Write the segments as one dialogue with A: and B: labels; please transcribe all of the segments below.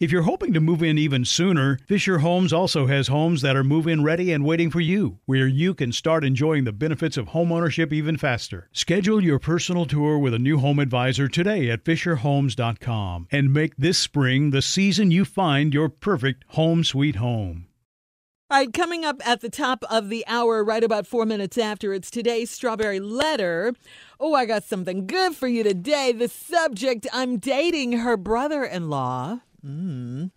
A: If you're hoping to move in even sooner, Fisher Homes also has homes that are move in ready and waiting for you, where you can start enjoying the benefits of homeownership even faster. Schedule your personal tour with a new home advisor today at FisherHomes.com and make this spring the season you find your perfect home sweet home.
B: All right, coming up at the top of the hour, right about four minutes after, it's today's strawberry letter. Oh, I got something good for you today. The subject I'm dating her brother in law. Mm.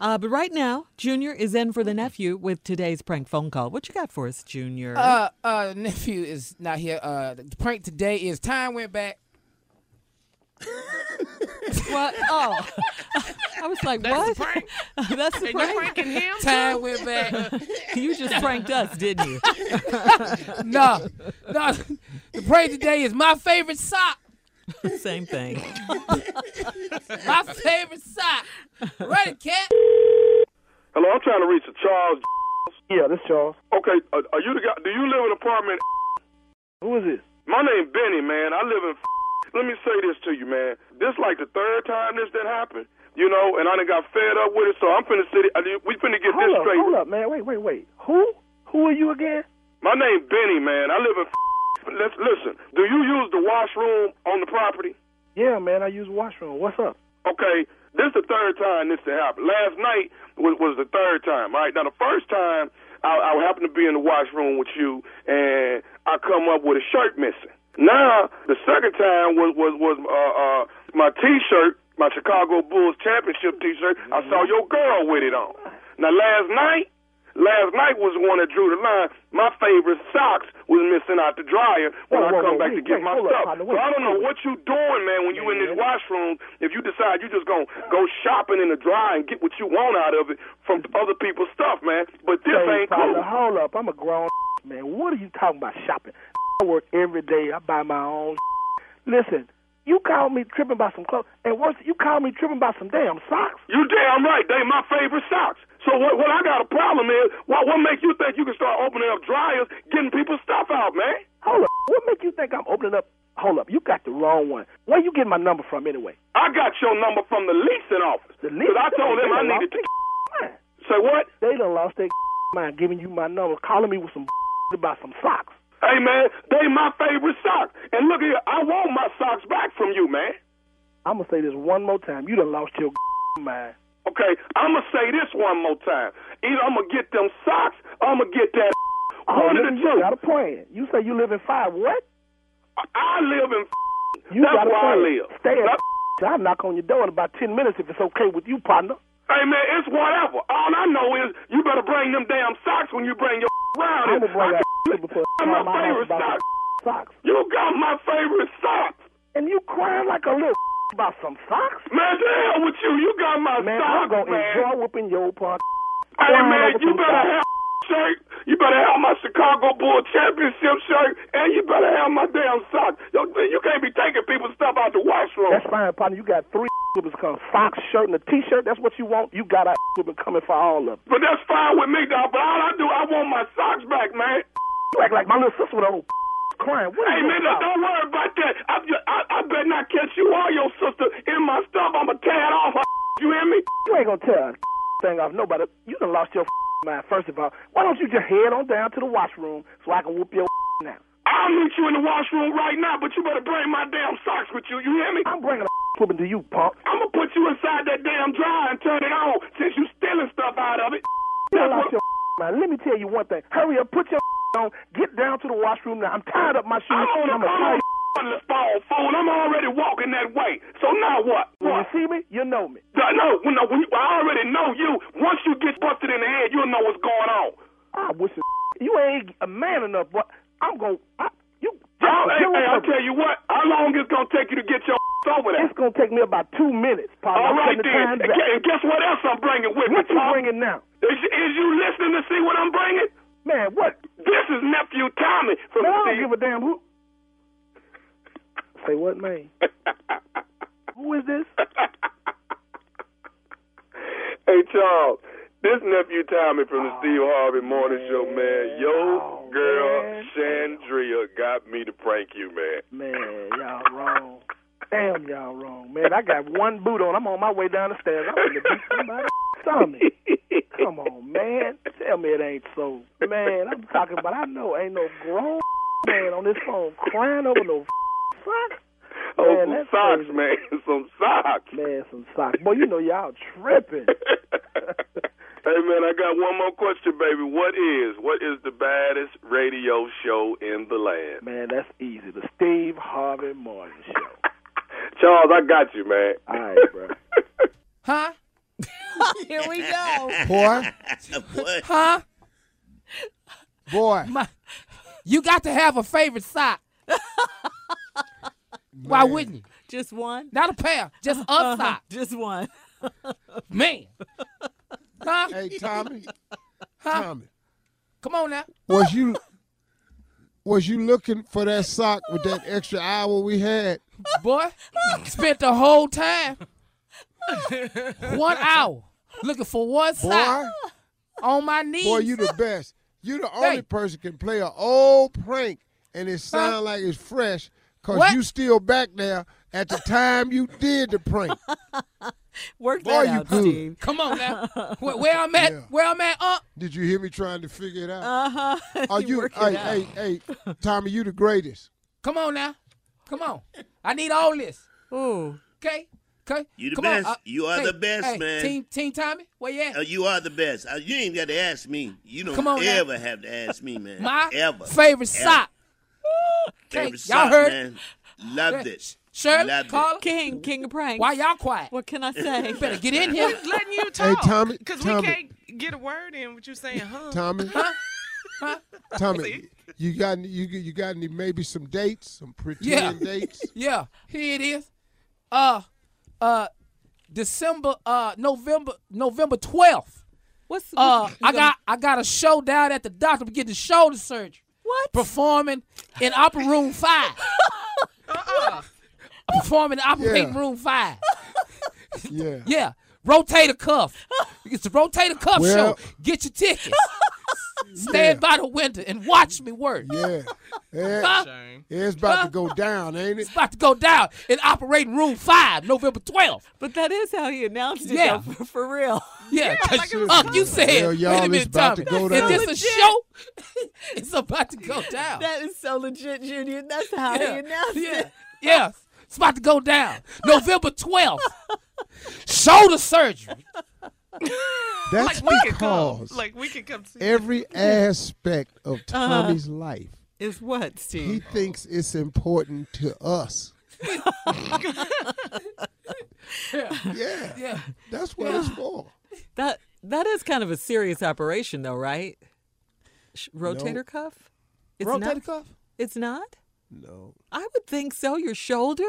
B: Uh, but right now, Junior is in for the nephew with today's prank phone call. What you got for us, Junior?
C: Uh, uh, nephew is not here. Uh, the prank today is time went back.
B: what? Oh, I was like, what? That's the prank.
C: Time went back.
B: You just pranked us, didn't you?
C: no, no. The prank today is my favorite sock.
B: Same thing.
C: My favorite sock. Run it, cat.
D: Hello, I'm trying to reach a Charles.
E: Yeah, this Charles.
D: Okay, uh, are you the guy? Do you live in an apartment?
E: Who is this?
D: My name Benny, man. I live in. Let me say this to you, man. This like the third time this that happened, you know, and I done got fed up with it. So I'm finna sit. I mean, We finna get
E: Hold
D: this
E: up,
D: straight.
E: hold up, man. Wait, wait, wait. Who? Who are you again?
D: My name Benny, man. I live in. Let's listen. Do you use the washroom on the property?
E: Yeah, man. I use washroom. What's up?
D: Okay, this the third time this had happened. Last night was, was the third time. All right, now the first time I, I happened to be in the washroom with you, and I come up with a shirt missing. Now the second time was was was uh, uh, my T-shirt, my Chicago Bulls championship T-shirt. I saw your girl with it on. Now last night, last night was the one that drew the line. My favorite socks was missing out the dryer when
E: Whoa,
D: I
E: whoa,
D: come
E: whoa,
D: back to
E: wait,
D: get
E: wait,
D: my
E: hold up,
D: stuff.
E: partner,
D: so
E: wait,
D: I don't know
E: wait.
D: what you doing, man, when you in this washroom. If you decide you just gonna go shopping in the dryer and get what you want out of it from other people's stuff, man. But this
E: Hey,
D: ain't cool.
E: partner, Hold up. I'm a grown man. What are you talking about shopping? I work every day. I buy my own. Listen, you called me tripping about some clothes, and worse, you called me tripping about some damn socks.
D: You damn right. They my favorite socks. So what? What I got a problem is what? What makes you think you can start opening up dryers, getting people's stuff out, man?
E: Hold up. What make you think I'm opening up Hold up, you got the wrong one. Where you get my number from anyway?
D: I got your number from the leasing office.
E: The leasing-
D: Because I told them I
E: They done
D: needed to.
E: mind.
D: Say what?
E: They done lost their mind giving you my number, calling me with some about some socks.
D: Hey man, they my favorite socks. And look here, I want my socks back from you, man.
E: I'm gonna say this one more time. You done lost your mind.
D: Okay, I'ma say this one more time. Either I'ma get them socks, or I'ma get that. One of the
E: nigga, Oh, you
D: two.
E: got a plan. You say you live in five. What?
D: I live in.
E: You
D: That's
E: got a
D: where I
E: plan.
D: live.
E: Stay at.
D: That-
E: I'll knock on your door in about ten minutes if it's okay with you, partner.
D: Hey man, it's whatever. All I know is you better bring them damn socks when you bring your around
E: I'm gonna
D: here.
E: bring
D: I
E: that
D: can-
E: before
D: I'm
E: my
D: my
E: house
D: favorite
E: about
D: socks.
E: some socks.
D: You got my favorite socks.
E: And you crying like a little about some socks?
D: Man, to hell with you. You got my
E: Man, I'm
D: socks,
E: gonna
D: man.
E: enjoy whooping your part.
D: Hey
E: crying
D: man,
E: over
D: you
E: some
D: better
E: socks.
D: have my shirt. You better have my Chicago Bull championship shirt, and you better have my damn socks. Yo, you can't be taking people's stuff out the washroom.
E: That's fine, partner. You got three whoopers coming. Socks, shirt, and a t-shirt. That's what you want. You got a whooping coming for all of them.
D: But that's fine with me, dog. But all I do, I want my socks back, man.
E: You act like my little sister with a whole crying. What
D: Hey,
E: is this
D: man,
E: about?
D: don't worry about that. I, I, I better not catch you or your sister in my stuff. I'ma tear it off. Her. You hear me?
E: You ain't gonna tell a thing off nobody. You done lost your mind. First of all, why don't you just head on down to the washroom so I can whoop your now?
D: I'll meet you in the washroom right now, but you better bring my damn socks with you. You hear me?
E: I'm bringing a whooping to you, punk.
D: I'ma put you inside that damn dryer and turn it on since you stealing stuff out of it.
E: You done
D: That's
E: lost
D: what-
E: your mind. Let me tell you one thing. Hurry up, put your on. Get down to the washroom now. I'm tired of my shoes.
D: I'm on the
E: I'm a
D: corner of the phone, fool. I'm already walking that way. So now what?
E: When you
D: What?
E: see me, you know me.
D: No, no, when you, I already know you. Once you get busted in the head, you'll know what's going on.
E: I wish you, you ain't a man enough, but I'm gonna. I, you just
D: Oh, hey,
E: give me
D: hey,
E: a-
D: I'll tell you what. How long it's gonna take you to get your over there?
E: It's gonna take me about two minutes, partner.
D: All
E: I'm
D: right
E: putting the
D: then.
E: time
D: And
E: back.
D: gu- and guess what else I'm bringing with
E: What you
D: me? Pop?
E: bringing now,
D: Is, is you listening to see what I'm bringing?
E: man? What?
D: This is nephew Tommy from
E: Man, I
D: the
E: don't give a damn who. Say what, man? who is this?
D: Hey Charles, this nephew Tommy from the Steve Harvey Morning Show, man. Yo,
E: Oh,
D: girl,
E: man.
D: Chandria got me to prank you, man.
E: Man, y'all wrong. Damn, y'all wrong, man. I got one boot on. I'm on my way down the stairs. I'm gonna beat somebody. Tommy. Come on, man. Tell me it ain't so. Man, I'm talking about I know ain't no grown man on this phone crying over no socks.
D: Oh,
E: Man,
D: some
E: that's
D: socks,
E: crazy.
D: man. Some socks.
E: Man, some socks. Boy, you know y'all tripping.
D: hey man, I got one more question, baby. What is what is the baddest radio show in the land?
E: Man, that's easy. The Steve Harvey Morning Show.
D: Charles, I got you, man.
E: All right, bro.
C: Huh?
B: Here we go.
C: Boy. Huh?
F: Boy,
C: My, you got to have a favorite sock. Why wouldn't you?
B: Just one.
C: Not a pair, just a
F: Uh-huh.
C: sock.
B: Just one.
C: Man. Huh?
F: hey Tommy,
C: Huh?
F: Tommy,
C: Come on now.
F: was you was you looking for that sock with that extra hour we had?
C: Boy, spent the whole time, one hour, looking for one
F: Boy,
C: sock on my knees.
F: boy, you the best. You the only
C: Hey.
F: person can play an old prank and it sound like it's fresh because
C: What?
F: you still back there at the time you did the prank.
B: Work
F: Boy,
B: that
F: you
B: out,
F: good.
B: Steve.
C: Come on now. Where, where I'm at,
F: Yeah.
C: where I'm at, uh,
F: Did you hear me trying to figure it out?
B: Uh huh.
F: Are you,
B: work
F: hey,
B: it out.
F: hey, hey, Tommy, you the greatest.
C: come on now. Come on. I need all this.
B: Ooh.
C: Okay? Okay?
G: You the
C: come uh,
G: best. You are the best,
C: hey,
G: man.
C: Team, team Tommy, where you at?
G: Uh, you are the best. Uh, you ain't got to ask me. You don't
C: Come on now.
G: ever have to ask me, man.
C: my
G: ever
C: favorite sock. Okay,
G: Favorite
C: y'all
G: sock,
C: heard
G: man. Loved it.
C: Shirley,
G: Loved it.
C: Carla,
B: King, King of Pranks.
C: why y'all quiet?
B: What can I say?
C: You better get in here.
H: letting you
F: Hey,
H: talk.
F: Tommy,
H: Because we
F: Tommy.
H: can't get a word in what you saying, huh?
F: Tommy, Tommy, you got any, you you got any maybe some dates, some pretend
C: Yeah.
F: dates?
C: yeah, here it is. Uh, uh, December, uh, November, November twelfth.
B: What's,
C: Uh,
B: what's-
C: I got I got a show down at the doctor. We getting shoulder surgery.
B: What?
C: Performing in Opera Room Five. I'm performing in Operating
F: Yeah.
C: Room Five.
F: Yeah.
C: Yeah. Rotate a cuff. It's a rotate a cuff
F: Well-
C: show. Get your tickets. Stand by the window and watch me work.
D: Yeah.
C: Huh?
D: It's about to go down, ain't it?
C: It's about to go down in operating room five, November 12th.
B: But that is how he announced it,
C: Yeah.
B: though, for, for real.
C: Yeah,
B: Yeah,
C: like you said.
D: Well, y'all,
C: wait a
D: it's
C: minute,
D: about to
C: Tommy.
D: go
C: Is
D: down.
C: this a show? it's about to go down.
B: That is so legit, Junior. That's how he announced it.
C: Yes, it's about to go down. November 12th. Shoulder surgery.
I: Like,
D: That's
I: we could come.
C: Oh,
D: because
I: Like, we could come see.
D: every aspect
C: Uh-huh.
D: of Tommy's life,
B: Is what,
D: he
B: Steve?
D: thinks it's important to us.
C: Yeah.
D: Yeah.
C: Yeah.
D: That's what it's for.
B: That that is kind of a serious operation, though, right? Sh- Rotator
D: No.
B: cuff? It's
C: Rotator
B: not,
C: cuff?
B: It's not?
D: No.
B: I would think so. Your shoulder?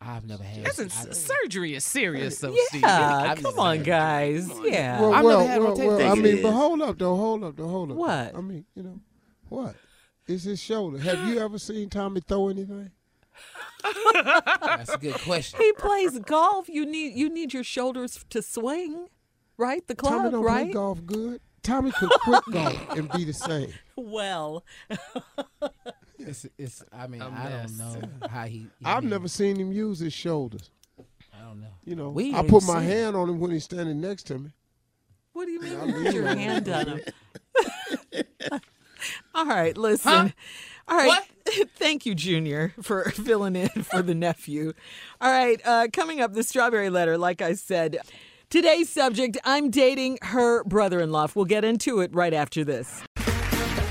C: I've never had
I: That's ins- surgery is serious, though, Steve.
B: Yeah. Come on, guys. Yeah.
D: Well,
C: I've never
D: well,
C: had
D: well,
C: rotator
D: well, I
C: cuff.
D: mean, but hold up, though. Hold up, though. Hold up.
B: What?
D: I mean, you know, what? It's his shoulder. Have you ever seen Tommy throw anything?
C: That's a good question.
B: He plays golf. You need you need your shoulders to swing, right? The
D: Tommy
B: club,
D: don't play
B: right?
D: golf good. Tommy could quit golf and be the same.
B: Well,
C: It's, it's, I mean, I don't know how he.
D: I've never seen him use his shoulders.
C: Mm. I don't know.
D: You know,
C: We
D: I
C: ain't
D: put my
C: seen it.
D: hand on him when he's standing next to me.
B: what do you mean you put your hand on him? All right, listen. All right. Thank you, Junior, for filling in for the nephew. All right, uh, coming up, the strawberry letter, like I said. Today's subject I'm dating her brother in law. We'll get into it right after this.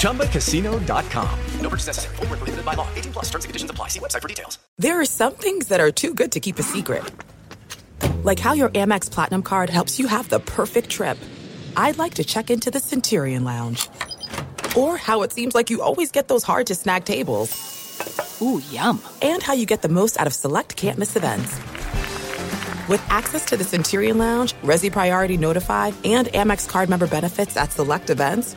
J: ChumbaCasino.com. No purchase necessary, forward, prohibited by law, 18 plus terms and conditions apply. See website for details.
K: There are some things that are too good to keep a secret. Like how your Amex Platinum card helps you have the perfect trip. I'd like to check into the Centurion Lounge. Or how it seems like you always get those hard to snag tables. Ooh, yum. And how you get the most out of select can't miss events. With access to the Centurion Lounge, Resi Priority Notified, and Amex card member benefits at select events,